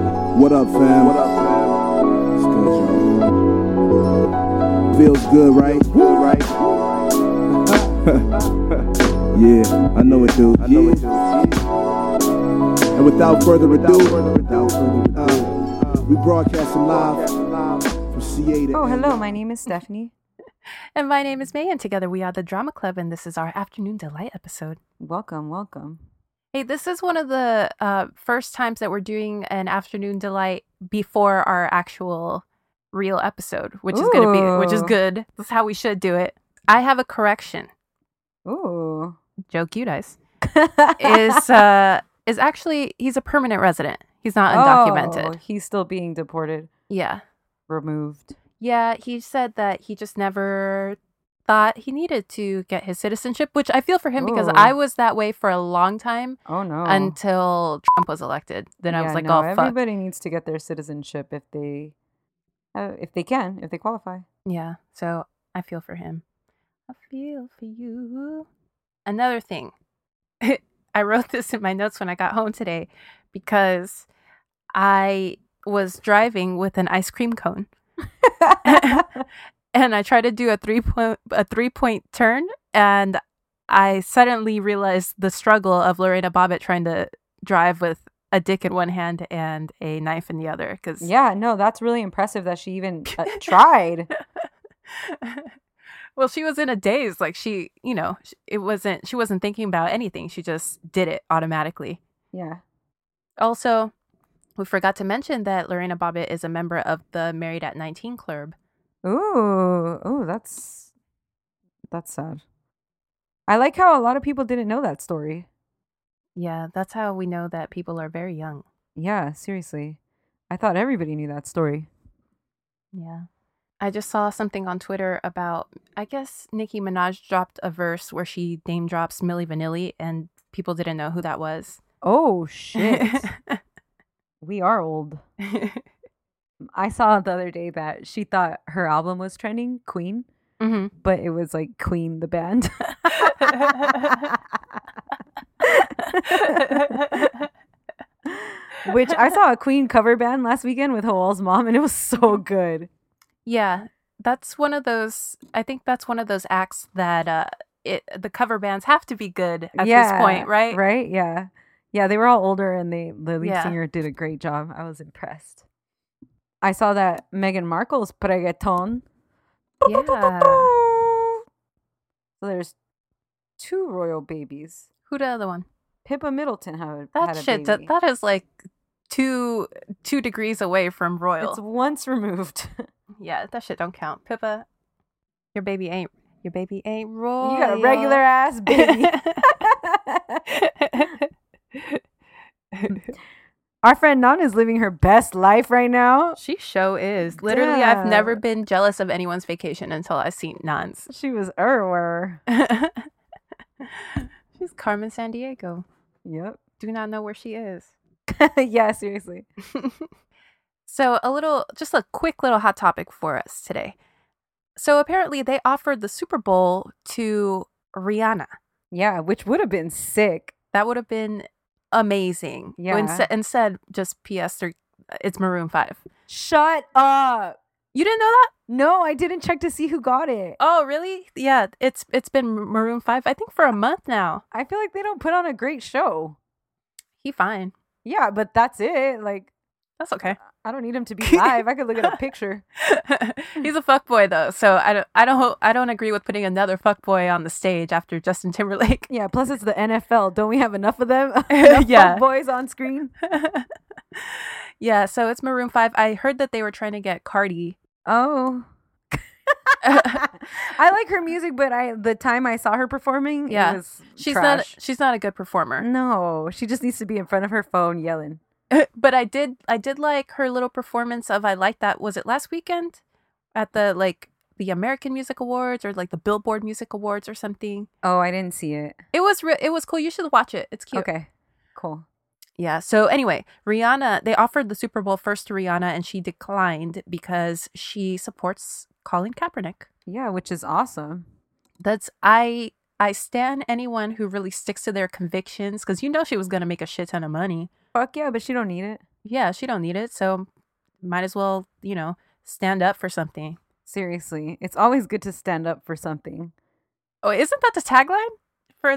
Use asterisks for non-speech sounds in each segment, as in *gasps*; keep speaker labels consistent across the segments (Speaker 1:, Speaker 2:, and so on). Speaker 1: up, fam? What up, fam? It's good, y'all. Feels good, right? Good, right? yeah, I know it, dude. I know it, dude. And without further ado, uh, we broadcasting live from CA to
Speaker 2: Oh, hello. My name is Stephanie.
Speaker 3: And my name is May, and together we are the Drama Club, and this is our Afternoon Delight episode.
Speaker 2: Welcome, welcome.
Speaker 3: Hey, this is one of the uh, first times that we're doing an Afternoon Delight before our actual real episode, which is going to be, which is
Speaker 2: Ooh.
Speaker 3: good. That's how we should do it. I have a correction.
Speaker 2: Ooh. *laughs*
Speaker 3: Joe Giudice is uh, is actually he's a permanent resident. He's not undocumented.
Speaker 2: Oh, he's still being deported,
Speaker 3: Yeah,
Speaker 2: removed.
Speaker 3: yeah. He said that he just never thought he needed to get his citizenship, which I feel for him because
Speaker 2: Ooh.
Speaker 3: I was that way for a long time.
Speaker 2: Oh no.
Speaker 3: until Trump was elected. Then I
Speaker 2: Yeah,
Speaker 3: was like,
Speaker 2: no,
Speaker 3: oh, fuck.
Speaker 2: everybody needs to get their citizenship if they uh, if they can, if they
Speaker 3: *laughs*
Speaker 2: qualify. *laughs*
Speaker 3: Yeah. So I feel for him. I feel for you. Another thing, *laughs* I wrote this in my notes when I got home today because I was driving with an ice cream cone *laughs* and I tried to do a three point a three point turn and I suddenly realized the struggle of Lorena Bobbitt trying to drive with a dick in one hand and a knife in the other because
Speaker 2: yeah, no, that's really impressive that she even uh,
Speaker 3: *laughs*
Speaker 2: tried.
Speaker 3: well she was in a daze like she you know sh- it wasn't she wasn't thinking about anything she just did it automatically
Speaker 2: Yeah.
Speaker 3: also we forgot to mention that lorena bobbitt is a member of the married at 19 club
Speaker 2: Ooh, ooh, that's that's sad. I like how a lot of people didn't know that story.
Speaker 3: yeah that's how we know that people are very young
Speaker 2: Yeah, seriously. I thought everybody knew that story.
Speaker 3: yeah i just saw something on twitter about i guess nicki minaj dropped a verse where she name drops millie vanilli and people didn't know who that was
Speaker 2: Oh
Speaker 3: *laughs*
Speaker 2: shit. we are old. I saw the other day that she thought her album was trending, Queen,
Speaker 3: hmm *laughs*
Speaker 2: but it was like Queen the band. *laughs* Which I saw a Queen cover band last weekend with Hoel's mom, and it was so good.
Speaker 3: Yeah, that's one of those. I think that's one of those acts that uh, it the cover bands have to be good *laughs* at this point, right?
Speaker 2: Right? Yeah. Yeah, they were all older, and they, the lead
Speaker 3: Yeah.
Speaker 2: singer did a great job. I was impressed. I saw that Meghan Markle's Pregueton. *laughs*
Speaker 3: *laughs* Yeah.
Speaker 2: So there's two royal babies.
Speaker 3: Who the other one?
Speaker 2: Pippa Middleton had a,
Speaker 3: That
Speaker 2: had a
Speaker 3: shit. That,
Speaker 2: baby.
Speaker 3: that is like two two degrees away from royal.
Speaker 2: it's once removed. *laughs*
Speaker 3: Yeah, that shit don't count. Pippa, your baby ain't your baby ain't royal.
Speaker 2: you got a regular ass
Speaker 3: *laughs*
Speaker 2: baby. *laughs* Our friend Nan is living her best life right now.
Speaker 3: she show is literally. I've
Speaker 2: Yeah.
Speaker 3: never been jealous of anyone's vacation until I've seen Nan's. *laughs*
Speaker 2: She was everywhere.
Speaker 3: She's Carmen San Diego.
Speaker 2: Yep.
Speaker 3: Do not know where she is.
Speaker 2: *laughs* yeah, seriously.
Speaker 3: so, a little, just a quick little hot topic for us today. So, apparently, they offered the Super Bowl to Rihanna.
Speaker 2: Yeah, which would have been sick.
Speaker 3: That would have been amazing.
Speaker 2: Yeah.
Speaker 3: Inse- instead, just PS, or it's Maroon 5.
Speaker 2: Shut up.
Speaker 3: You didn't know that?
Speaker 2: No, I didn't check to see who got it.
Speaker 3: Oh, really? Yeah, it's it's been Maroon 5, I think, for a month now.
Speaker 2: I feel like they don't put on a great show.
Speaker 3: He fine.
Speaker 2: Yeah, but that's it. Like,
Speaker 3: That's okay.
Speaker 2: I don't need him to be live. I could look at a picture.
Speaker 3: *laughs* He's a fuckboy though, so I don't I don't I don't agree with putting another fuckboy on the stage after Justin Timberlake. *laughs*
Speaker 2: Yeah, plus it's the NFL. Don't we have enough of them? *laughs* Enough
Speaker 3: Yeah.
Speaker 2: Boys on screen.
Speaker 3: *laughs* yeah, so it's Maroon 5. I heard that they were trying to get Cardi. *laughs*
Speaker 2: Oh. I like her music, but I the time I saw her performing,
Speaker 3: Yeah.
Speaker 2: it was
Speaker 3: she's
Speaker 2: trash. Mm.
Speaker 3: not she's not a good performer.
Speaker 2: No, she just needs to be in front of her phone yelling.
Speaker 3: but I did I did like her little performance of I like that was it last weekend at the like the American Music Awards or like the Billboard Music Awards or something.
Speaker 2: Oh, I didn't see it.
Speaker 3: It was re- it was cool. You should watch it. It's cute.
Speaker 2: Okay, cool.
Speaker 3: Yeah. So anyway, Rihanna, they offered the Super Bowl first to Rihanna and she declined because she supports Colin Kaepernick.
Speaker 2: Yeah, which is awesome.
Speaker 3: That's I I stand anyone who really sticks to their convictions cuz you know she was going to make a shit ton of money.
Speaker 2: Fuck yeah, but she don't need it.
Speaker 3: Yeah, she don't need it. So might as well, you know, stand up for something.
Speaker 2: Seriously, it's always good to stand up for something.
Speaker 3: Oh, isn't that the tagline for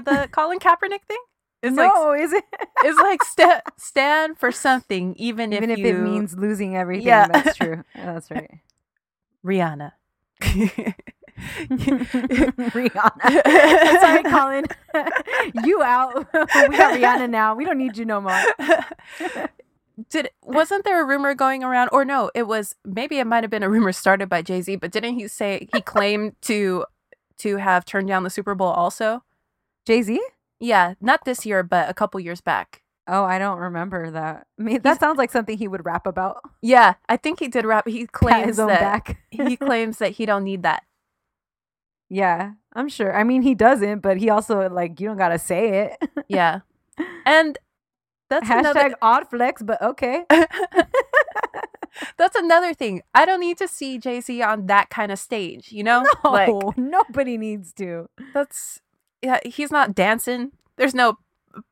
Speaker 2: *laughs*
Speaker 3: the Colin Kaepernick thing? It's
Speaker 2: no, is it?
Speaker 3: like it's like sta- stand for something, even,
Speaker 2: Even if,
Speaker 3: you,
Speaker 2: it means losing everything,
Speaker 3: Yeah.
Speaker 2: that's
Speaker 3: *laughs*
Speaker 2: true. That's right. *laughs*
Speaker 3: Rihanna. *laughs*
Speaker 2: Rihanna.
Speaker 3: *laughs*
Speaker 2: Sorry, Colin. *laughs* you out. *laughs* we got Rihanna now. We don't need you no more.
Speaker 3: *laughs* Did wasn't there a rumor going around, or no? It was maybe it might have been a rumor started by Jay Z, but didn't he say he claimed to to have turned down the Super Bowl also?
Speaker 2: Jay Z?
Speaker 3: Yeah, not this year, but a couple years back.
Speaker 2: Oh, I don't remember that. I mean, that sounds like something he would rap about. *laughs*
Speaker 3: Yeah, I think he did rap. He
Speaker 2: Pat
Speaker 3: claims
Speaker 2: his own
Speaker 3: that
Speaker 2: back. *laughs*
Speaker 3: he claims that he don't need that.
Speaker 2: yeah, I'm sure. I mean, he doesn't, but he also like you don't gotta say *laughs* it.
Speaker 3: Yeah, and that's
Speaker 2: Hashtag
Speaker 3: another
Speaker 2: odd flex, but *laughs* okay.
Speaker 3: that's another thing. I don't need to see Jay Z on that kind of stage. You know,
Speaker 2: *laughs* No,
Speaker 3: like
Speaker 2: nobody needs to.
Speaker 3: that's yeah. He's not dancing. There's no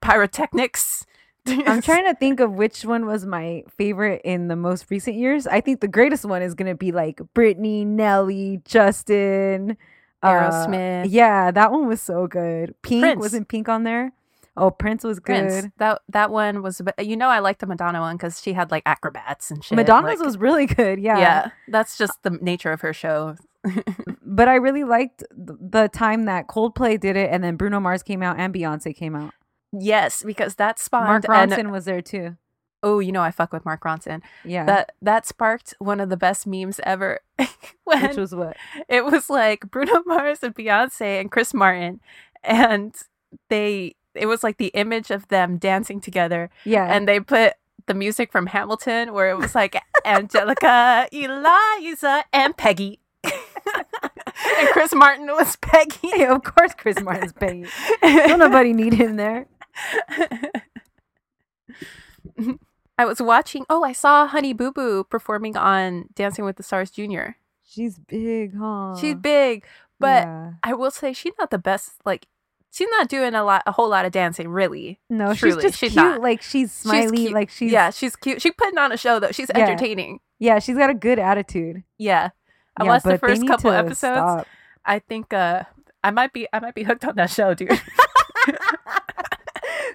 Speaker 3: pyrotechnics. *laughs*
Speaker 2: I'm trying to think *laughs* of which one was my favorite in the most recent years. I think the greatest one is gonna be like Britney, Nelly, Justin, uh,
Speaker 3: Aerosmith.
Speaker 2: yeah, that one was so good. Pink
Speaker 3: Prince.
Speaker 2: wasn't Pink on there. Oh, Prince was good.
Speaker 3: Prince. That that one was. a bit- You know, I liked the Madonna one because she had like acrobats and shit.
Speaker 2: Madonna's
Speaker 3: like-
Speaker 2: was really *laughs* good. Yeah.
Speaker 3: yeah. That's just the nature of her show.
Speaker 2: But I really liked th- the time that Coldplay did it, and then Bruno Mars came out and Beyonce came out.
Speaker 3: Yes, because that
Speaker 2: Mark
Speaker 3: spawned an-
Speaker 2: Ronson was there too.
Speaker 3: oh, you know, I fuck with Mark Ronson.
Speaker 2: Yeah.
Speaker 3: That that sparked one of the best memes ever. *laughs* when
Speaker 2: which was *laughs* what?
Speaker 3: it was like Bruno *laughs* Mars and Beyonce and Chris Martin, and they it was like the image of them dancing together,
Speaker 2: Yeah.
Speaker 3: and they put the music from Hamilton where it
Speaker 2: *laughs*
Speaker 3: was like Angelica, Eliza,
Speaker 2: *laughs*
Speaker 3: and Peggy. and Chris Martin was Peggy.
Speaker 2: Yeah, of course, *laughs* Chris Martin's paying. *laughs* Don't nobody need him there.
Speaker 3: *laughs* I was watching. Oh, I saw Honey Boo Boo performing on Dancing with the Stars Junior.
Speaker 2: *laughs* She's big, huh?
Speaker 3: She's big, but
Speaker 2: Yeah.
Speaker 3: I will say she's not the best. Like she's not doing a lot, a whole lot of dancing, really.
Speaker 2: no,
Speaker 3: truly,
Speaker 2: she's just
Speaker 3: she's
Speaker 2: cute.
Speaker 3: not.
Speaker 2: Like she's smiley.
Speaker 3: cute.
Speaker 2: Like she's
Speaker 3: yeah,
Speaker 2: yeah,
Speaker 3: she's cute. She's putting on a show though. She's
Speaker 2: Yeah.
Speaker 3: entertaining.
Speaker 2: yeah. She's got a good attitude.
Speaker 3: Yeah, I
Speaker 2: yeah,
Speaker 3: watched the
Speaker 2: but they
Speaker 3: first
Speaker 2: need
Speaker 3: couple
Speaker 2: to
Speaker 3: episodes. *laughs*
Speaker 2: stop.
Speaker 3: I think uh, I might be, I might be hooked on that show, dude. *laughs*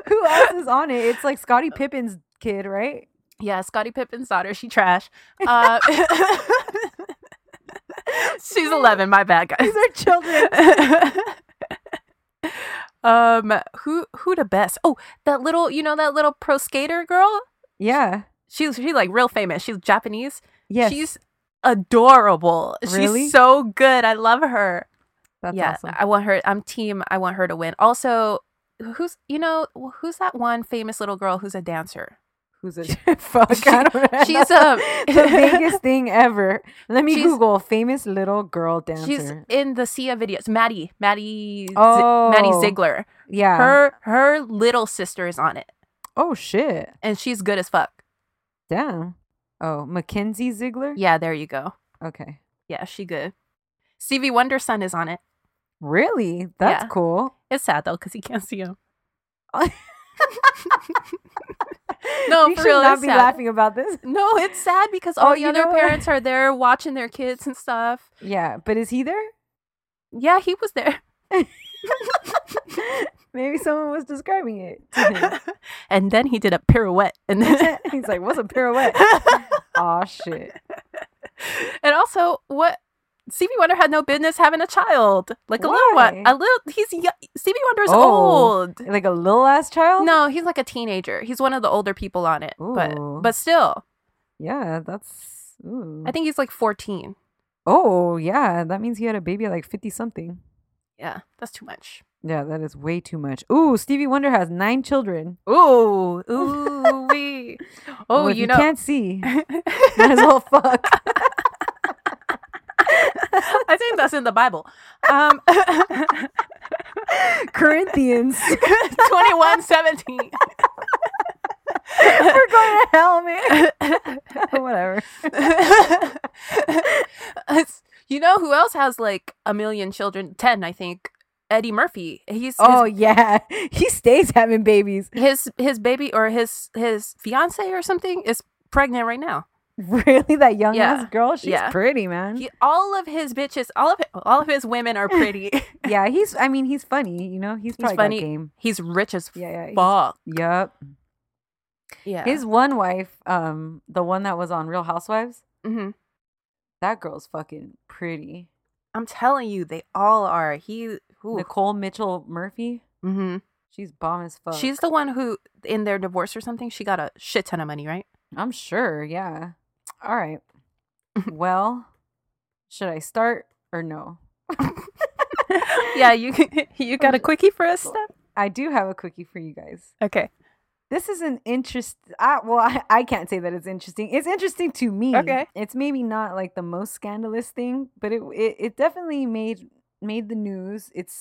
Speaker 2: Who else is on it? It's like Scottie Pippen's kid, right?
Speaker 3: yeah, Scottie Pippen's daughter. She trash. Uh, *laughs* she's eleven. My bad, guys.
Speaker 2: *laughs* These are children.
Speaker 3: *laughs* um, who who the best? Oh, that little, you know, that little pro skater girl.
Speaker 2: Yeah.
Speaker 3: She's she's like real famous. She's Japanese.
Speaker 2: Yes.
Speaker 3: She's adorable.
Speaker 2: Really?
Speaker 3: She's so good. I love her.
Speaker 2: That's
Speaker 3: yeah,
Speaker 2: awesome.
Speaker 3: I want her. I'm team. I want her to win. Also, who's you know who's that one famous little girl who's a dancer?
Speaker 2: Who's it? *laughs* Fuck.
Speaker 3: *laughs* She-
Speaker 2: I don't know.
Speaker 3: she's, um,
Speaker 2: *laughs* the
Speaker 3: *laughs*
Speaker 2: biggest thing ever. Let me
Speaker 3: She's-
Speaker 2: Google famous little girl dancer.
Speaker 3: She's in the sea of idiots. Maddie, Maddie, Z-
Speaker 2: Oh.
Speaker 3: Maddie Ziegler.
Speaker 2: yeah.
Speaker 3: Her her little sister is on it,
Speaker 2: oh shit.
Speaker 3: and she's good as fuck.
Speaker 2: Damn. Oh, Mackenzie Ziegler.
Speaker 3: Yeah, there you go.
Speaker 2: Okay.
Speaker 3: Yeah, she good. Stevie Wonder's son is on it.
Speaker 2: Really? That's
Speaker 3: Yeah.
Speaker 2: cool.
Speaker 3: It's sad though because he can't see him. *laughs*
Speaker 2: *laughs*
Speaker 3: No,
Speaker 2: you
Speaker 3: for
Speaker 2: should
Speaker 3: real,
Speaker 2: not
Speaker 3: it's
Speaker 2: be
Speaker 3: sad.
Speaker 2: laughing about this.
Speaker 3: No, it's sad because all
Speaker 2: Oh,
Speaker 3: the
Speaker 2: you
Speaker 3: other
Speaker 2: know-
Speaker 3: parents are there watching their kids and stuff.
Speaker 2: Yeah, but is he
Speaker 3: *laughs*
Speaker 2: there?
Speaker 3: Yeah, he was there.
Speaker 2: Maybe someone was describing it.
Speaker 3: *laughs*
Speaker 2: To
Speaker 3: and then he did a pirouette and
Speaker 2: him. *laughs* He's like, "What's a
Speaker 3: *laughs*
Speaker 2: pirouette?" Aw, shit.
Speaker 3: and also what Stevie Wonder had no business having a child, like a little
Speaker 2: Why?
Speaker 3: one. A little, he's yo- Stevie Wonder's
Speaker 2: Oh.
Speaker 3: old.
Speaker 2: Like a little ass child.
Speaker 3: No, he's like a teenager. He's one of the older people on it, but
Speaker 2: Ooh.
Speaker 3: but still,
Speaker 2: Yeah, that's. Ooh.
Speaker 3: I think he's like fourteen.
Speaker 2: oh yeah, that means he had a baby at like fifty something.
Speaker 3: Yeah, that's too much.
Speaker 2: Yeah, that is way too much. Ooh, Stevie Wonder has nine children.
Speaker 3: Ooh, *laughs* ooh, wee. Oh,
Speaker 2: Well, if
Speaker 3: you know,
Speaker 2: can't see. Might as well fuck.
Speaker 3: *laughs* I think that's in the Bible. Um, *laughs*
Speaker 2: Corinthians.
Speaker 3: twenty-one seventeen.
Speaker 2: *laughs* We're going to hell,
Speaker 3: *laughs*
Speaker 2: man. *laughs* Whatever.
Speaker 3: It's- *laughs* you know who else has like a million children? Ten, I think. Eddie Murphy. He's
Speaker 2: Oh yeah, *laughs* he stays having babies.
Speaker 3: his, his his baby or his his fiance or something is pregnant right now.
Speaker 2: Really, that young
Speaker 3: Yeah.
Speaker 2: ass girl? She's
Speaker 3: Yeah.
Speaker 2: pretty, man.
Speaker 3: He, all of his bitches, all of all of his women *laughs* are pretty.
Speaker 2: *laughs* yeah, he's. I mean, he's funny. You know, he's
Speaker 3: He's
Speaker 2: probably
Speaker 3: funny.
Speaker 2: got game.
Speaker 3: He's rich as
Speaker 2: Yeah, yeah. he's-
Speaker 3: fuck.
Speaker 2: Yep.
Speaker 3: Yeah.
Speaker 2: His one wife, um, the one that was on Real Housewives,
Speaker 3: hmm
Speaker 2: that girl's fucking pretty.
Speaker 3: I'm telling you, they all are. He. Who?
Speaker 2: Nicole Mitchell Murphy,
Speaker 3: hmm
Speaker 2: she's bomb as fuck.
Speaker 3: She's the one who, in their divorce or something, she got a shit ton of money, *laughs* right?
Speaker 2: I'm sure. Yeah. All right. well, should I start or no?
Speaker 3: yeah, you *laughs* you got a quickie for us, Steph?
Speaker 2: I do have a quickie for you guys.
Speaker 3: Okay.
Speaker 2: this is an interest I, well *laughs* I, I can't say that it's interesting it's interesting to me
Speaker 3: Okay.
Speaker 2: it's maybe not like the most scandalous thing but it it, it definitely made made the news it's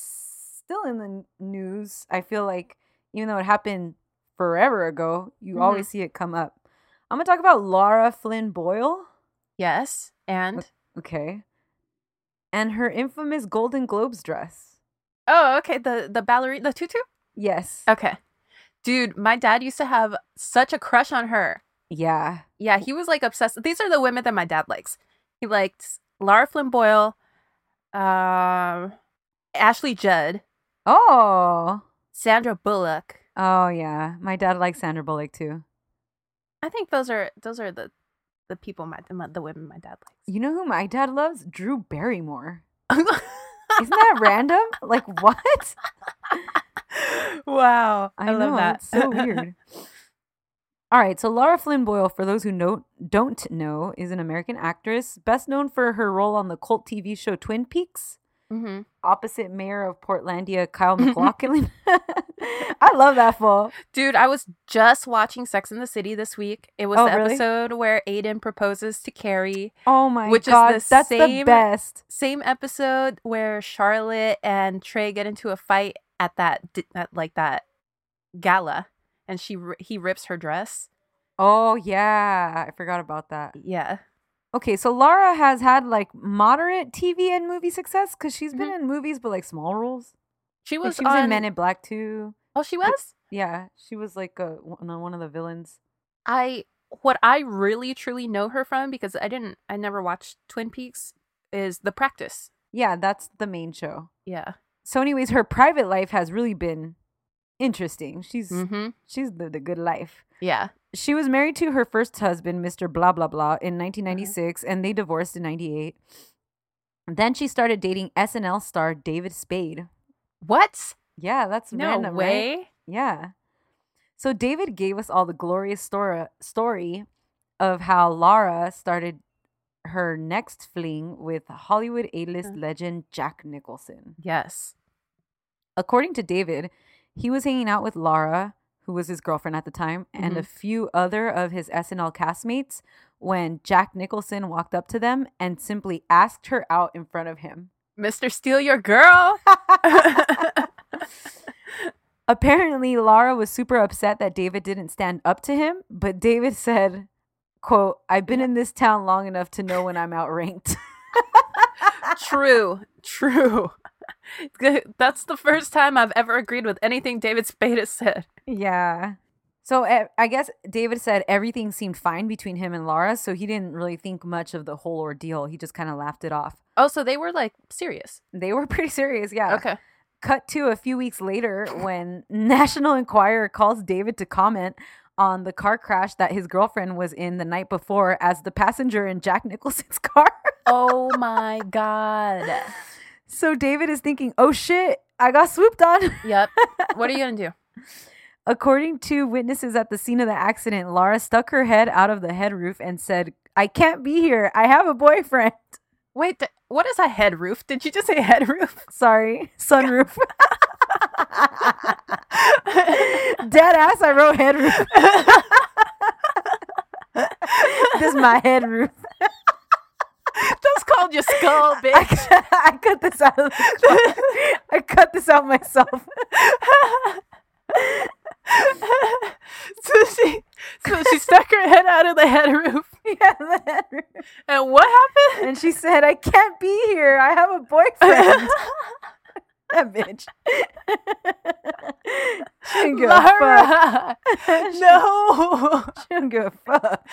Speaker 2: still in the n- news i feel like even though it happened forever ago you
Speaker 3: Mhm.
Speaker 2: always see it come up i'm gonna talk about laura flynn boyle
Speaker 3: Yes, and
Speaker 2: okay and her infamous golden globes dress
Speaker 3: oh, okay, the the ballerina, the tutu.
Speaker 2: yes
Speaker 3: Okay, dude, my dad used to have such a crush on her.
Speaker 2: yeah
Speaker 3: Yeah, he was like obsessed. These are the women that my dad likes. He liked Lara Flynn Boyle, um, Ashley Judd,
Speaker 2: oh
Speaker 3: Sandra Bullock.
Speaker 2: oh yeah my dad likes sandra bullock too
Speaker 3: I think those are those are the the people my the, the women my dad
Speaker 2: You know who my dad loves? Drew Barrymore.
Speaker 3: likes. *laughs*
Speaker 2: Isn't that random? Like what?
Speaker 3: wow, I, love
Speaker 2: know,
Speaker 3: that.
Speaker 2: It's so
Speaker 3: *laughs*
Speaker 2: weird. All right, so Laura Flynn Boyle, for those who know, don't know, is an American actress, best known for her role on the cult TV show Twin Peaks,
Speaker 3: hmm
Speaker 2: opposite mayor of Portlandia,
Speaker 3: *laughs*
Speaker 2: Kyle McLaughlin. *laughs* I love that fool.
Speaker 3: Dude, I was just watching Sex in the City this week. It was
Speaker 2: Oh,
Speaker 3: the
Speaker 2: really?
Speaker 3: episode where Aiden proposes to Carrie.
Speaker 2: Oh my
Speaker 3: Which is
Speaker 2: god,
Speaker 3: the
Speaker 2: that's the
Speaker 3: same-
Speaker 2: best.
Speaker 3: Same episode where Charlotte and Trey get into a fight at that di- at, like that gala, and she ri- he rips her dress.
Speaker 2: Oh yeah, I forgot about that.
Speaker 3: Yeah,
Speaker 2: Okay, so Laura has had like moderate TV and movie success because she's been in movies, but like small roles.
Speaker 3: Mm-hmm. she
Speaker 2: Like,
Speaker 3: was,
Speaker 2: she was
Speaker 3: on.
Speaker 2: in Men in Black too.
Speaker 3: oh, she was.
Speaker 2: Yeah, she was like a, one of- one of the villains.
Speaker 3: I what I really truly know her from because I didn't I never watched Twin Peaks is The Practice.
Speaker 2: Yeah, that's the main show.
Speaker 3: Yeah.
Speaker 2: So, anyways, her private life has really been interesting. She's
Speaker 3: Mm-hmm.
Speaker 2: she's lived a good life.
Speaker 3: Yeah.
Speaker 2: She was married to her first husband, Mr. Blah Blah Blah,
Speaker 3: Mm-hmm.
Speaker 2: in 1996, and they divorced in 98. Then she started dating SNL star David Spade.
Speaker 3: What?
Speaker 2: Yeah, that's
Speaker 3: No
Speaker 2: random, right?
Speaker 3: way.
Speaker 2: Yeah. So David gave us all the glorious story story of how Lara started her next fling with Hollywood A-list
Speaker 3: Uh.
Speaker 2: legend Jack Nicholson.
Speaker 3: Yes.
Speaker 2: According to David, he was hanging out with Lara, who was his girlfriend at the time, and a few other of his SNL castmates when Jack Nicholson walked up to them and simply asked her out in front of him.
Speaker 3: Mr. Steal Your *laughs* Girl.
Speaker 2: apparently Lara was super upset that David didn't stand up to him, but David said, quote, I've been in this town long enough to know when I'm outranked. *laughs*
Speaker 3: true. True. *laughs* That's the first time I've ever agreed with anything David Spade has said.
Speaker 2: yeah. So e- I guess David said everything seemed fine between him and Lara, so he didn't really think much of the whole ordeal. He just kind of laughed it off.
Speaker 3: Oh, so they were like serious.
Speaker 2: They were *laughs* pretty serious, yeah.
Speaker 3: Okay.
Speaker 2: Cut to a few weeks later when *laughs* National Enquirer calls David to comment on the car crash that his girlfriend was in the night before as the passenger in Jack Nicholson's *laughs* car.
Speaker 3: Oh my God.
Speaker 2: So David is thinking, oh shit, I got swooped on. *laughs*
Speaker 3: Yep. What are you going to do?
Speaker 2: According to witnesses at the scene of the accident, Laura stuck her head out of the headroof and said, I can't be here. I have a boyfriend. *laughs*
Speaker 3: Wait, th- what is a head roof? Did you just say head roof?
Speaker 2: Sorry, *laughs* sunroof. Dead ass, I wrote headroof. *laughs* this is my headroof.
Speaker 3: *laughs*
Speaker 2: *laughs*
Speaker 3: That's called your *laughs* skull,
Speaker 2: I
Speaker 3: bitch.
Speaker 2: cut, *laughs* I cut this out. *laughs* Of the drawing. I cut this out myself. *laughs*
Speaker 3: *laughs* so, she, so she stuck her head out of the head roof.
Speaker 2: *laughs* Yeah, the headroof.
Speaker 3: And what happened?
Speaker 2: And she said, I can't be here. I have a boyfriend. *laughs* that bitch. *laughs* she didn't give a fuck.
Speaker 3: *laughs* *laughs* Laura,
Speaker 2: *laughs* She-
Speaker 3: no,
Speaker 2: She didn't give a
Speaker 3: *laughs*
Speaker 2: fuck.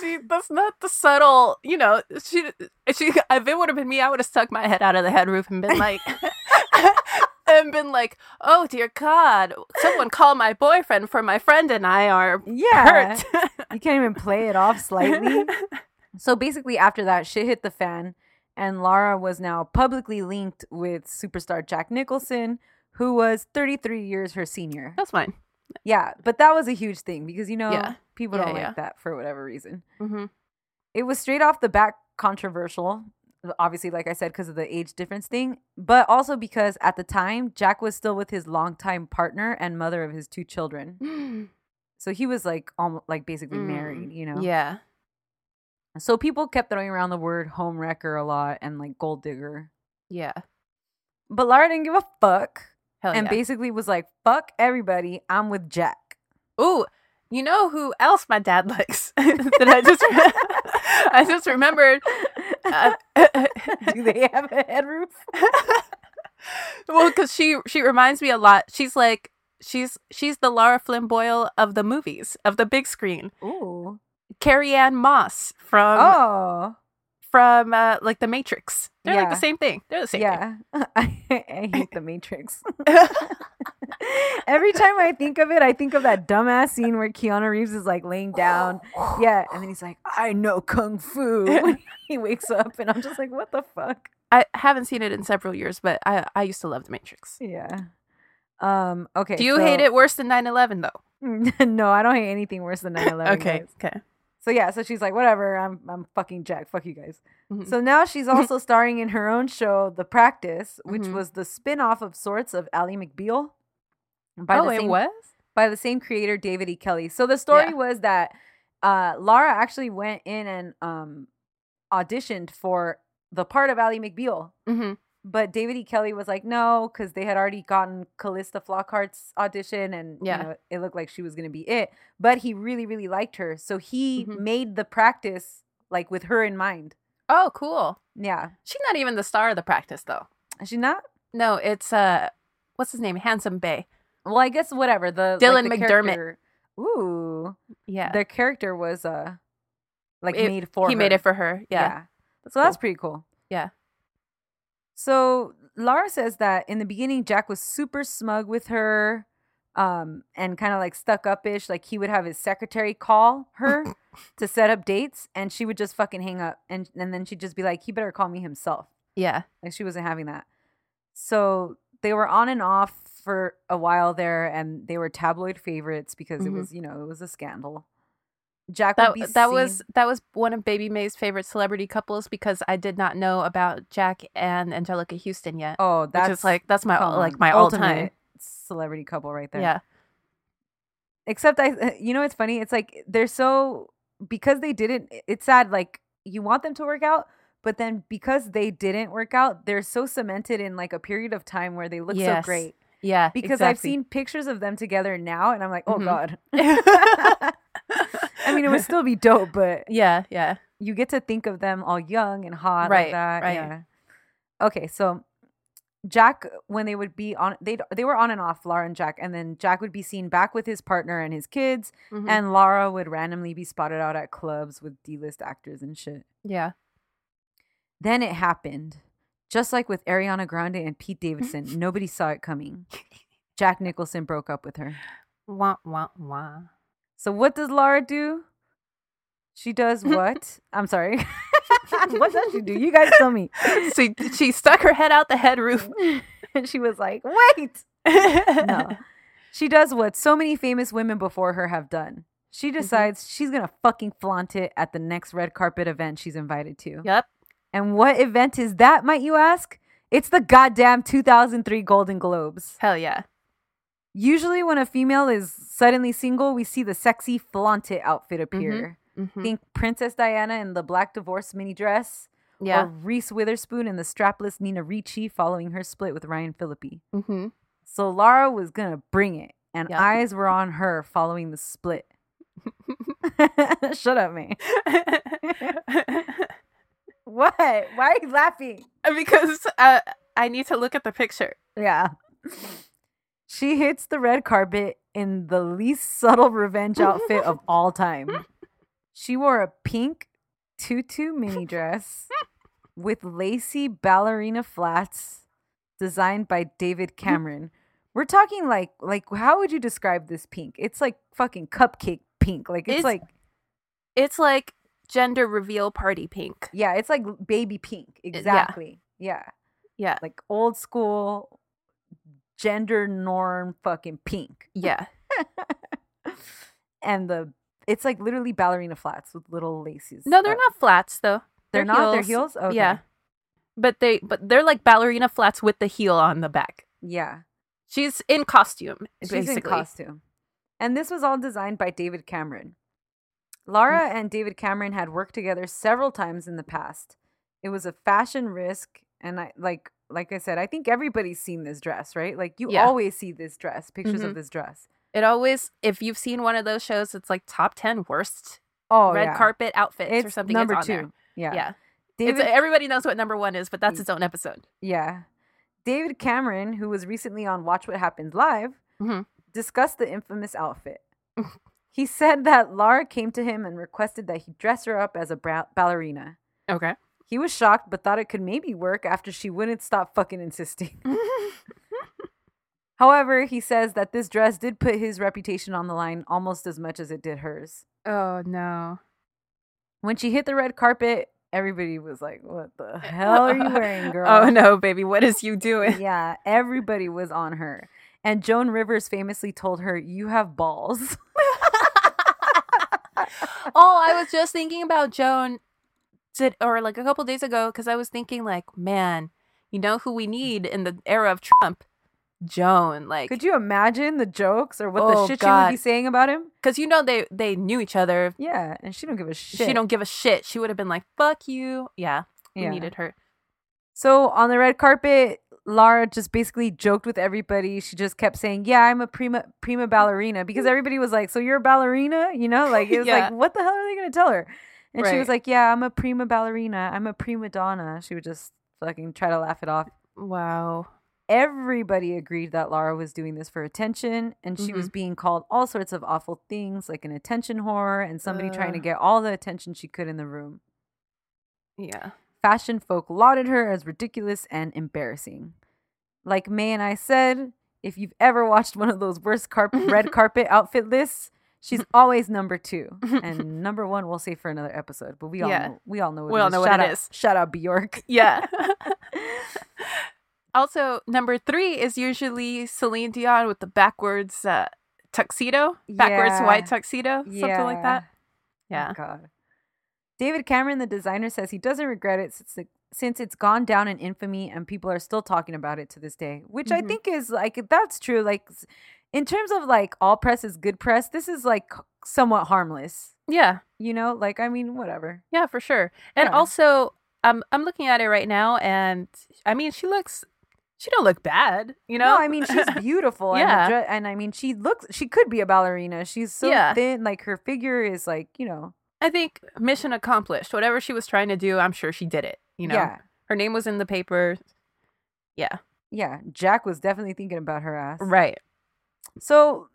Speaker 3: she. That's not the subtle. You know, she. She. If it would have been me, I would have stuck my head out of the headroof and been like, *laughs* and been like, "Oh dear God, someone call my boyfriend, for my friend and I are
Speaker 2: Yeah.
Speaker 3: hurt." *laughs*
Speaker 2: You can't even play it off slightly. So basically, after that, shit hit the fan, and Lara was now publicly linked with superstar Jack Nicholson, who was 33 years her senior.
Speaker 3: *laughs* that's fine.
Speaker 2: Yeah, but that was a huge thing because, you know,
Speaker 3: Yeah.
Speaker 2: people
Speaker 3: Yeah,
Speaker 2: don't
Speaker 3: yeah.
Speaker 2: like that for whatever reason.
Speaker 3: Mm-hmm.
Speaker 2: It was straight off the back controversial, uh, obviously, like I said, because of the age difference thing, but also because at the time, Jack was still with his longtime partner and mother of his two children. So he was like, almost, like basically
Speaker 3: Mm.
Speaker 2: married, you know?
Speaker 3: *gasps* Yeah.
Speaker 2: So people kept throwing around the word home wrecker a lot and like gold digger.
Speaker 3: Yeah.
Speaker 2: But Lara didn't give a fuck
Speaker 3: Hell
Speaker 2: and
Speaker 3: Oh, yeah.
Speaker 2: basically was like, fuck everybody. I'm with Jack.
Speaker 3: Ooh, you know who else my dad likes? *laughs* that I just *laughs* I just remembered. Uh,
Speaker 2: *laughs* Do
Speaker 3: *laughs*
Speaker 2: they have a head roof?
Speaker 3: well, because she she reminds me a lot. She's like she's she's the Laura Flynn Boyle of the movies of the big screen.
Speaker 2: Ooh.
Speaker 3: Carrie Ann Moss from
Speaker 2: oh.
Speaker 3: from uh, like The Matrix. They're like the
Speaker 2: Yeah.
Speaker 3: same thing. They're the same
Speaker 2: Yeah. *laughs* I, I hate the Matrix.
Speaker 3: thing. *laughs*
Speaker 2: Every time I think of it, I think of that dumbass scene where Keanu Reeves is like laying
Speaker 3: *sighs*
Speaker 2: down. Yeah. And then he's like, I know kung fu. *laughs*
Speaker 3: *laughs*
Speaker 2: when he wakes up and I'm just like, what the fuck?
Speaker 3: I haven't seen it in several years, but I I used to love The Matrix.
Speaker 2: Yeah. Um, okay.
Speaker 3: Do you hate
Speaker 2: so-
Speaker 3: it worse than 9/11 though?
Speaker 2: *laughs* no, I don't hate anything worse
Speaker 3: *laughs*
Speaker 2: than 9 11.
Speaker 3: Okay. Okay.
Speaker 2: So, yeah, so she's like, whatever, I'm, I'm fucking Jack. Fuck you guys.
Speaker 3: Mhm.
Speaker 2: So now
Speaker 3: *laughs*
Speaker 2: she's also starring in her own show, The Practice, which
Speaker 3: Mhm.
Speaker 2: was the spin off of sorts of Ally McBeal. By
Speaker 3: oh,
Speaker 2: the
Speaker 3: it
Speaker 2: same,
Speaker 3: was.
Speaker 2: By the same creator, David E. Kelly. So the story
Speaker 3: Yeah.
Speaker 2: was that uh, Laura actually went in and um, auditioned for the part of Ally McBeal.
Speaker 3: Mm-hmm.
Speaker 2: But David E. Kelly was like, no, because they had already gotten Callista Flockhart's audition and
Speaker 3: Yeah.
Speaker 2: you know, it looked like she was going to be it. But he really, really liked her. So he
Speaker 3: Mhm.
Speaker 2: made the practice like with her in mind.
Speaker 3: Oh, cool.
Speaker 2: Yeah.
Speaker 3: She's not even the star of the practice though.
Speaker 2: Is she not?
Speaker 3: No, it's uh what's his name? Handsome Bay.
Speaker 2: Well, I guess whatever. The like,
Speaker 3: Dylan
Speaker 2: the
Speaker 3: McDermott.
Speaker 2: character- Ooh.
Speaker 3: Yeah.
Speaker 2: Their character was uh like
Speaker 3: It-
Speaker 2: made for
Speaker 3: he
Speaker 2: her.
Speaker 3: made it for her. Yeah.
Speaker 2: So that's pretty cool.
Speaker 3: Yeah.
Speaker 2: So Lara says that in the beginning, Jack was super smug with her um, and kind of like stuck up ish. Like he would have his secretary call her
Speaker 3: *laughs*
Speaker 2: to set up dates and she would just fucking hang up. And, and then she'd just be like, he better call me himself.
Speaker 3: yeah.
Speaker 2: Like she wasn't having that. So they were on and off for a while there and they were tabloid favorites because
Speaker 3: Mhm.
Speaker 2: it was, you know, it was a scandal. Jack
Speaker 3: That
Speaker 2: would be
Speaker 3: that
Speaker 2: seen-
Speaker 3: was that was one of Baby May's favorite celebrity couples because I did not know about Jack and Angelica Houston yet.
Speaker 2: oh that's
Speaker 3: which is like that's my
Speaker 2: Come
Speaker 3: like
Speaker 2: on,
Speaker 3: my all time.
Speaker 2: ultimate celebrity couple right there.
Speaker 3: Yeah.
Speaker 2: Except I, uh, you know, it's funny. It's like they're so because they didn't. It's sad. Like you want them to work out, but then because they didn't work out, they're so cemented in like a period of time where they look
Speaker 3: Yes,
Speaker 2: so great.
Speaker 3: Yeah.
Speaker 2: Because I've
Speaker 3: *laughs* exactly.
Speaker 2: seen pictures of them together now, and I'm like, oh
Speaker 3: Mhm. *laughs*
Speaker 2: god. *laughs* I mean, it would still be dope, but
Speaker 3: Yeah, yeah.
Speaker 2: you get to think of them all young and hot
Speaker 3: Right,
Speaker 2: like that.
Speaker 3: right.
Speaker 2: Yeah. Okay, so Jack, when they would be on, they they were on and off, Laura and Jack, and then Jack would be seen back with his partner and his kids,
Speaker 3: Mhm.
Speaker 2: and Laura would randomly be spotted out at clubs with D list actors and shit.
Speaker 3: yeah.
Speaker 2: Then it happened, just like with Ariana Grande and Pete
Speaker 3: Mm-hmm.
Speaker 2: Davidson, nobody saw it coming. Jack Nicholson broke up with her.
Speaker 3: Wah wah *laughs* wah.
Speaker 2: So what does Laura do? She does
Speaker 3: *laughs*
Speaker 2: what? I'm sorry. *laughs* what does she do? You guys tell me.
Speaker 3: she she stuck her head out the head roof.
Speaker 2: and *laughs* she was like, wait.
Speaker 3: *laughs*
Speaker 2: No. *laughs* She does what so many famous women before her have done. She decides she's going to fucking flaunt it at the next red carpet event she's invited to.
Speaker 3: Yep.
Speaker 2: And what event is that, might you ask? It's the goddamn 2003 Golden Globes.
Speaker 3: Hell yeah.
Speaker 2: Usually, when a female is suddenly single, we see the sexy flaunt it outfit appear.
Speaker 3: Mhm.
Speaker 2: Think Princess Diana in the black divorce mini dress, or
Speaker 3: Yeah.
Speaker 2: Reese Witherspoon in the strapless Nina Ricci following her split with Ryan Phillippe.
Speaker 3: *laughs* hmm
Speaker 2: So Lara was gonna bring it, and
Speaker 3: Yeah.
Speaker 2: eyes were on her following the split. *laughs* Shut up, man. What? Why are you laughing?
Speaker 3: because uh, I need to look at the picture.
Speaker 2: Yeah. *laughs* She hits the red carpet in the least subtle revenge outfit of all time. She wore a pink tutu mini dress with lacy ballerina flats designed by David Cameron. We're talking like like how would you describe this pink? It's like fucking cupcake pink. Like it's,
Speaker 3: It's-
Speaker 2: like
Speaker 3: It's like gender reveal party pink.
Speaker 2: yeah, it's like baby pink. Exactly. yeah.
Speaker 3: Yeah.
Speaker 2: Like old school gender norm fucking pink.
Speaker 3: Yeah.
Speaker 2: and the it's like literally ballerina flats with little laces.
Speaker 3: No, they're
Speaker 2: up.
Speaker 3: not flats though.
Speaker 2: They're not. They're heels. Okay.
Speaker 3: Yeah. But they but they're like ballerina flats with the heel on the back.
Speaker 2: Yeah.
Speaker 3: She's in costume,
Speaker 2: She's
Speaker 3: basically.
Speaker 2: in costume. And this was all designed by David Cameron. Lara
Speaker 3: Mm.
Speaker 2: and David Cameron had worked together several times in the past. It was a fashion risk, and I like like I said, I think everybody's seen this dress, right? Like you
Speaker 3: Yeah.
Speaker 2: always see this dress, pictures of
Speaker 3: Mhm.
Speaker 2: this dress.
Speaker 3: It always if you've seen one of those shows, it's like top ten worst
Speaker 2: Oh,
Speaker 3: red
Speaker 2: yeah.
Speaker 3: carpet outfits
Speaker 2: It's
Speaker 3: or something.
Speaker 2: number
Speaker 3: it's
Speaker 2: two.
Speaker 3: on there.
Speaker 2: Yeah,
Speaker 3: Yeah. Mm. It's,
Speaker 2: David,
Speaker 3: everybody knows what number one is, but that's its own episode.
Speaker 2: yeah. David Cameron, who was recently on Watch What Happens Live,
Speaker 3: Mhm.
Speaker 2: discussed the infamous outfit. he said that Lara came to him and requested that he dress her up as a bra- ballerina.
Speaker 3: *laughs* Okay.
Speaker 2: He was shocked, but thought it could maybe work after she wouldn't stop fucking insisting. *laughs*
Speaker 3: Oh,
Speaker 2: However, he says that this dress did put his reputation on the line almost as much as it did hers.
Speaker 3: Oh *laughs* no.
Speaker 2: When she hit the red carpet, everybody was like, What the hell are you
Speaker 3: *laughs*
Speaker 2: wearing, girl?
Speaker 3: Oh no, baby, what is you *laughs* doing?
Speaker 2: Yeah, everybody was on her. And Joan Rivers famously told her, You have balls.
Speaker 3: oh, I was just thinking about Joan did, or like a couple days ago because I was thinking like, man, you know who we need in the era of Trump? Joan. Like
Speaker 2: Could you imagine the jokes or what the
Speaker 3: Oh,
Speaker 2: shit she would
Speaker 3: God.
Speaker 2: be saying about him?
Speaker 3: cuz you know they they knew each other.
Speaker 2: Yeah, and she don't give a shit.
Speaker 3: She don't give a shit. She would have been like, "Fuck you." Yeah. We
Speaker 2: Yeah.
Speaker 3: needed her.
Speaker 2: So on the red carpet, Lara just basically joked with everybody. She just kept saying, "Yeah, I'm a prima prima ballerina," because
Speaker 3: *laughs*
Speaker 2: everybody was like, "So you're a ballerina?" You know, like it was
Speaker 3: Yeah.
Speaker 2: like, "What the hell are they gonna tell her?" And she was
Speaker 3: Right.
Speaker 2: like, "Yeah, I'm a prima ballerina. I'm a prima donna." She would just fucking try to laugh it off.
Speaker 3: Wow.
Speaker 2: Everybody agreed that Lara was doing this for attention, and she
Speaker 3: Mm-hmm.
Speaker 2: was being called all sorts of awful things, like an attention whore and somebody trying to
Speaker 3: Ugh.
Speaker 2: get all the attention she could in the room.
Speaker 3: Yeah.
Speaker 2: Fashion folk lauded her as ridiculous and embarrassing. Like May and I said, if you've ever watched one of those worst carp-
Speaker 3: *laughs*
Speaker 2: red carpet outfit lists, she's always number two,
Speaker 3: *laughs*
Speaker 2: and number one we'll save for another episode. But we all
Speaker 3: Yeah.
Speaker 2: know, we all know what
Speaker 3: We
Speaker 2: it
Speaker 3: all
Speaker 2: is.
Speaker 3: know what
Speaker 2: Shout
Speaker 3: it
Speaker 2: out,
Speaker 3: is.
Speaker 2: Shout out Bjork. *laughs*
Speaker 3: Yeah. also, number 3 is usually Celine Dion with the backwards uh, tuxedo, backwards
Speaker 2: Yeah.
Speaker 3: white tuxedo, *laughs* something like that.
Speaker 2: Yeah.
Speaker 3: Yeah.
Speaker 2: Oh, God. David Cameron, the designer, says he doesn't regret it since it, since it's gone down in infamy and people are still talking about it to this day, which I
Speaker 3: Mhm.
Speaker 2: think is like that's true. Like s- in terms of like all press is good press, this is like somewhat harmless.
Speaker 3: Yeah.
Speaker 2: You know, like I mean, whatever.
Speaker 3: Yeah, for sure. And
Speaker 2: Yeah.
Speaker 3: also, um, I'm looking at it right now, and I mean, she looks, she don't look bad, you know.
Speaker 2: No, I mean she's beautiful. and her
Speaker 3: Yeah.
Speaker 2: dre- and I mean she looks. She could be a ballerina. She's so
Speaker 3: Yeah.
Speaker 2: thin. Like her figure is like you know.
Speaker 3: *laughs* I think mission accomplished. Whatever she was trying to do, I'm sure she did it. You know,
Speaker 2: Yeah.
Speaker 3: her name was in the paper. Yeah,
Speaker 2: Yeah. Jack was definitely thinking about her ass.
Speaker 3: right.
Speaker 2: So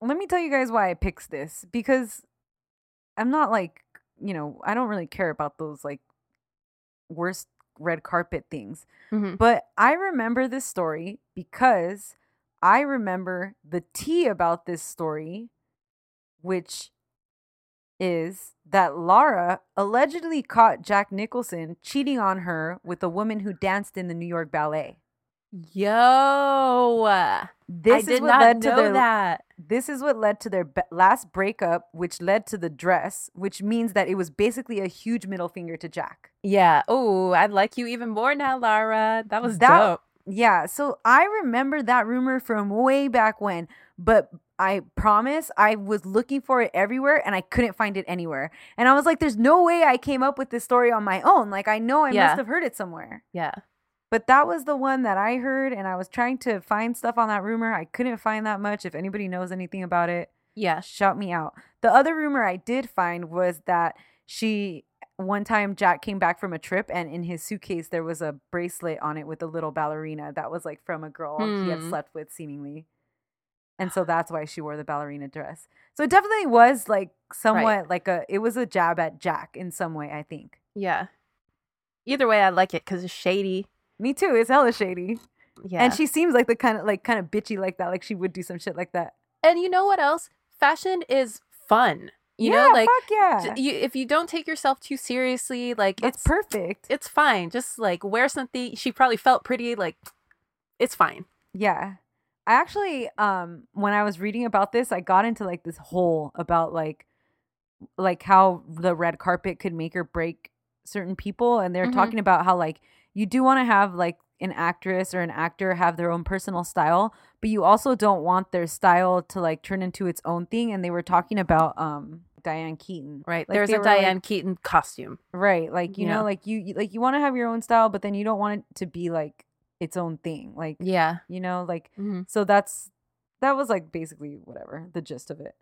Speaker 2: let me tell you guys why I picked this because I'm not like, you know, I don't really care about those like worst red carpet things.
Speaker 3: Mhm.
Speaker 2: But I remember this story because I remember the tea about this story, which is that Lara allegedly caught Jack Nicholson cheating on her with a woman who danced in the New York Ballet.
Speaker 3: Yo, uh, I
Speaker 2: This
Speaker 3: did
Speaker 2: is what
Speaker 3: not
Speaker 2: led to
Speaker 3: know
Speaker 2: their
Speaker 3: that.
Speaker 2: This is what led to their ba- last breakup, which led to the dress, which means that it was basically a huge middle finger to Jack.
Speaker 3: Yeah. Oh, I like you even more now, Lara. That was
Speaker 2: That-
Speaker 3: dope.
Speaker 2: Yeah, so I remember that rumor from way back when, but I promise I was looking for it everywhere and I couldn't find it anywhere. And I was like, there's no way I came up with this story on my own. Like, I know I
Speaker 3: Yeah.
Speaker 2: must have heard it somewhere.
Speaker 3: Yeah.
Speaker 2: But that was the one that I heard, and I was trying to find stuff on that rumor. I couldn't find that much. If anybody knows anything about it,
Speaker 3: Yeah.
Speaker 2: shout me out. The other rumor I did find was that she one time Jack came back from a trip and in his suitcase there was a bracelet on it with a little ballerina that was like from a girl he had
Speaker 3: Hmm.
Speaker 2: slept with seemingly. And so that's why she wore the ballerina dress. So it definitely was like somewhat like a it was a jab at Jack in some way, I think.
Speaker 3: Yeah. Either way, I like it because it's shady.
Speaker 2: Me too, it's hella shady.
Speaker 3: Yeah.
Speaker 2: And she seems like the kind of like kind of bitchy like that. Like she would do some shit like that.
Speaker 3: and you know what else? Fashion is fun. You
Speaker 2: yeah,
Speaker 3: know, like
Speaker 2: fuck yeah.
Speaker 3: j- you, if you don't take yourself too seriously, like
Speaker 2: it's
Speaker 3: it's
Speaker 2: perfect.
Speaker 3: it's fine. Just like wear something. She probably felt pretty. Like it's fine.
Speaker 2: Yeah. I actually um when I was reading about this, I got into like this hole about like like how the red carpet could make or break certain people and they're
Speaker 3: Mhm.
Speaker 2: talking about how like you do want to have like an actress or an actor have their own personal style, but you also don't want their style to like turn into its own thing and they were talking about um Diane Keaton.
Speaker 3: Right.
Speaker 2: Like,
Speaker 3: There's
Speaker 2: they
Speaker 3: a
Speaker 2: were, like-
Speaker 3: Diane Keaton costume.
Speaker 2: Right. Like, you
Speaker 3: Yeah.
Speaker 2: know, like you you- like you want to have your own style, but then you don't want it to be like its own thing. Like,
Speaker 3: Yeah.
Speaker 2: you know, like
Speaker 3: hmm
Speaker 2: so that's that was like basically whatever the gist of it.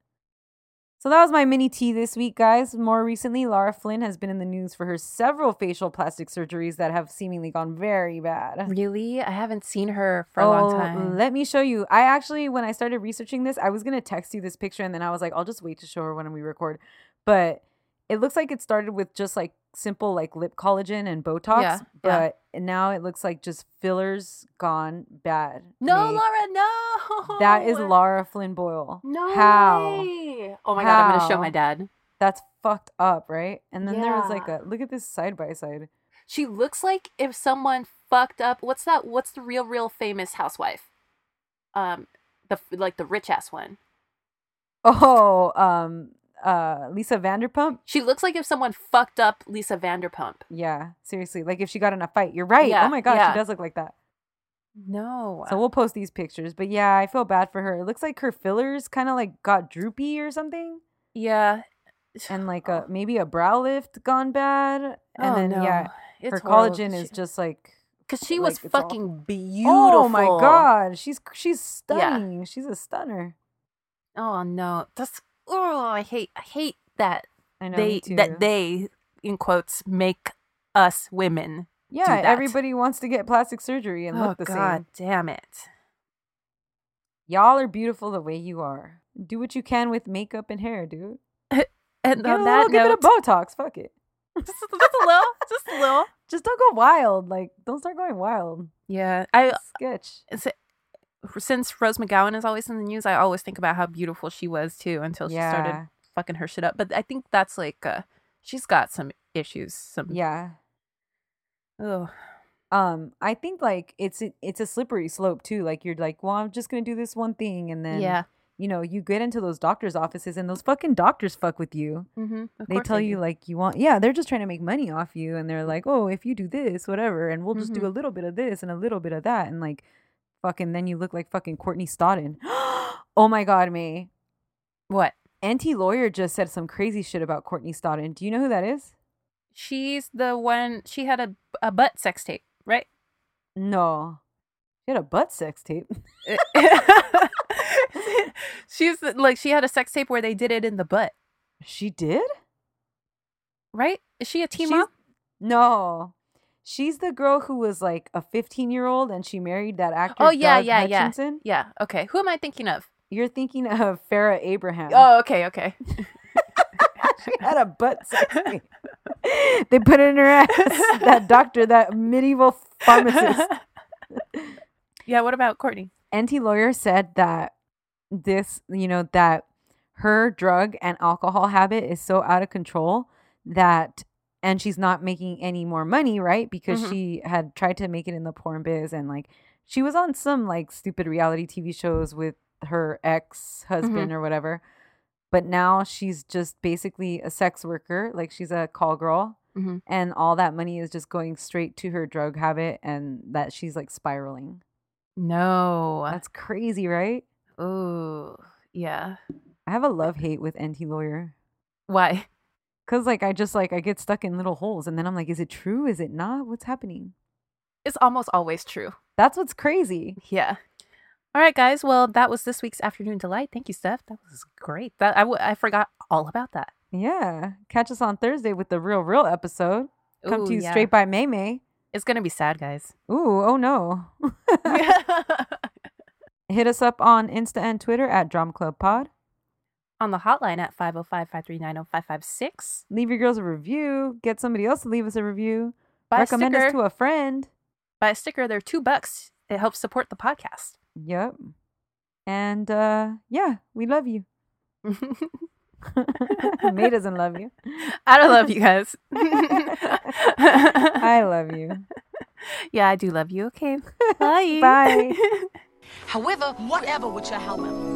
Speaker 2: So that was my mini tea this week, guys. More recently, Lara Flynn has been in the news for her several facial plastic surgeries that have seemingly gone very bad.
Speaker 3: Really, I haven't seen her for a long
Speaker 2: Oh,
Speaker 3: time.
Speaker 2: Let me show you. I actually, when I started researching this, I was gonna text you this picture, and then I was like, I'll just wait to show her when we record. But it looks like it started with just like simple like lip collagen and Botox,
Speaker 3: Yeah, yeah.
Speaker 2: but now it looks like just fillers gone bad.
Speaker 3: no,
Speaker 2: Make-
Speaker 3: Laura, no.
Speaker 2: that is Laura Flynn Boyle.
Speaker 3: No.
Speaker 2: How?
Speaker 3: way. Oh my god, I'm gonna show
Speaker 2: How?
Speaker 3: my dad.
Speaker 2: That's fucked up, right? And then there was like
Speaker 3: Yeah.
Speaker 2: a look at this side by side.
Speaker 3: She looks like if someone fucked up. What's that? What's the real, real famous housewife? Um, the f- like the rich ass one.
Speaker 2: Oh, um, uh, Lisa Vanderpump.
Speaker 3: She looks like if someone fucked up Lisa Vanderpump.
Speaker 2: Yeah, seriously. Like if she got in a fight, you're right.
Speaker 3: Yeah,
Speaker 2: oh my gosh,
Speaker 3: yeah.
Speaker 2: she does look like that.
Speaker 3: No.
Speaker 2: So we'll post these pictures. But yeah, I feel bad for her. It looks like her fillers kind of like got droopy or something,
Speaker 3: yeah.
Speaker 2: and like
Speaker 3: Oh.
Speaker 2: a maybe a brow lift gone bad, and then yeah,
Speaker 3: it's
Speaker 2: her collagen is just like.
Speaker 3: because she was
Speaker 2: like, it's all-
Speaker 3: fucking beautiful.
Speaker 2: Oh my god, she's she's stunning. She's a stunner.
Speaker 3: Oh no, that's oh I hate I hate that
Speaker 2: I know. me
Speaker 3: they
Speaker 2: too.
Speaker 3: that they in quotes make us women.
Speaker 2: Yeah,
Speaker 3: that.
Speaker 2: everybody wants to get plastic surgery and
Speaker 3: Oh
Speaker 2: look the
Speaker 3: god
Speaker 2: same.
Speaker 3: damn it.
Speaker 2: Y'all are beautiful the way you are. Do what you can with makeup and hair, dude. uh,
Speaker 3: And
Speaker 2: Get a
Speaker 3: on
Speaker 2: little,
Speaker 3: that
Speaker 2: give it a
Speaker 3: note,
Speaker 2: Botox. Fuck it.
Speaker 3: *laughs* just, just a little, just a little.
Speaker 2: Just don't go wild. Like, don't start going wild.
Speaker 3: Yeah, I
Speaker 2: Sketch.
Speaker 3: it's- since Rose McGowan is always in the news, I always think about how beautiful she was too until she started
Speaker 2: Yeah.
Speaker 3: fucking her shit up. But I think that's like uh, she's got some issues. Some
Speaker 2: Yeah.
Speaker 3: Ugh.
Speaker 2: Um, I think like it's a, it's a slippery slope too. Like you're like, well, I'm just gonna do this one thing, and then
Speaker 3: yeah.
Speaker 2: you know, you get into those doctors' offices, and those fucking doctors fuck with you.
Speaker 3: Mm-hmm. Of
Speaker 2: they
Speaker 3: course
Speaker 2: tell
Speaker 3: I
Speaker 2: you
Speaker 3: do.
Speaker 2: like you want yeah they're just trying to make money off you and they're like oh if you do this whatever and we'll just do a
Speaker 3: Mm-hmm.
Speaker 2: little bit of this and a little bit of that and like fucking then you look like fucking courtney stodden *gasps* oh my god may
Speaker 3: what?
Speaker 2: anti-lawyer just said some crazy shit about courtney stodden do you know who that is
Speaker 3: She's the one. She had a a butt sex tape, right?
Speaker 2: no she had a butt sex tape *laughs*
Speaker 3: *laughs* She's the, like she had a sex tape where they did it in the butt,
Speaker 2: she did
Speaker 3: right? Is she a team
Speaker 2: She's-
Speaker 3: mom?
Speaker 2: no she's the girl who was like a 15 year old and she married that actor
Speaker 3: Oh, yeah,
Speaker 2: Doug
Speaker 3: yeah, yeah.
Speaker 2: Hutchinson.
Speaker 3: Yeah. Okay. Who am I thinking of?
Speaker 2: you're thinking of farah abraham
Speaker 3: Oh, okay, okay.
Speaker 2: she *laughs* had a butt sex tape. *laughs* they put it in her *laughs* ass. That doctor, that medieval pharmacist.
Speaker 3: *laughs* yeah. What about Courtney?
Speaker 2: Anti lawyer said that this, you know, that her drug and alcohol habit is so out of control that, and she's not making any more money, right? Because
Speaker 3: Mhm.
Speaker 2: she had tried to make it in the porn biz and like she was on some like stupid reality TV shows with her ex husband or whatever. But now she's just basically a sex worker, like she's a call girl.
Speaker 3: Mhm.
Speaker 2: And all that money is just going straight to her drug habit and that she's like spiraling.
Speaker 3: No.
Speaker 2: That's crazy, right?
Speaker 3: Ooh. Yeah.
Speaker 2: I have a love hate with NT lawyer.
Speaker 3: Why? *laughs*
Speaker 2: Cause like I just like I get stuck in little holes and then I'm like, is it true? Is it not? What's happening?
Speaker 3: It's almost always true.
Speaker 2: That's what's crazy.
Speaker 3: Yeah. All right, guys. Well, that was this week's afternoon delight. Thank you, Steph. That was great. That I, w- I forgot all about that.
Speaker 2: Yeah. Catch us on Thursday with the real, real episode. Come
Speaker 3: Ooh,
Speaker 2: to you
Speaker 3: yeah.
Speaker 2: straight by May May.
Speaker 3: It's gonna be sad, guys. *laughs*
Speaker 2: Ooh, oh no. *laughs* Hit us up on Insta and Twitter at Drum Club Pod.
Speaker 3: On the hotline at 505-539-0556.
Speaker 2: Leave your girls a review. Get somebody else to leave us a review.
Speaker 3: Buy a
Speaker 2: Recommend
Speaker 3: sticker.
Speaker 2: us to a friend.
Speaker 3: Buy a sticker. They're two bucks. It helps support
Speaker 2: *laughs*
Speaker 3: the podcast. *laughs*
Speaker 2: Yep. And uh yeah, we love you. *laughs* May doesn't love you.
Speaker 3: I don't love
Speaker 2: *laughs*
Speaker 3: you guys. *laughs*
Speaker 2: I love you.
Speaker 3: yeah, I do love you. Okay. Bye.
Speaker 2: *laughs* Bye.
Speaker 4: However, whatever with your however.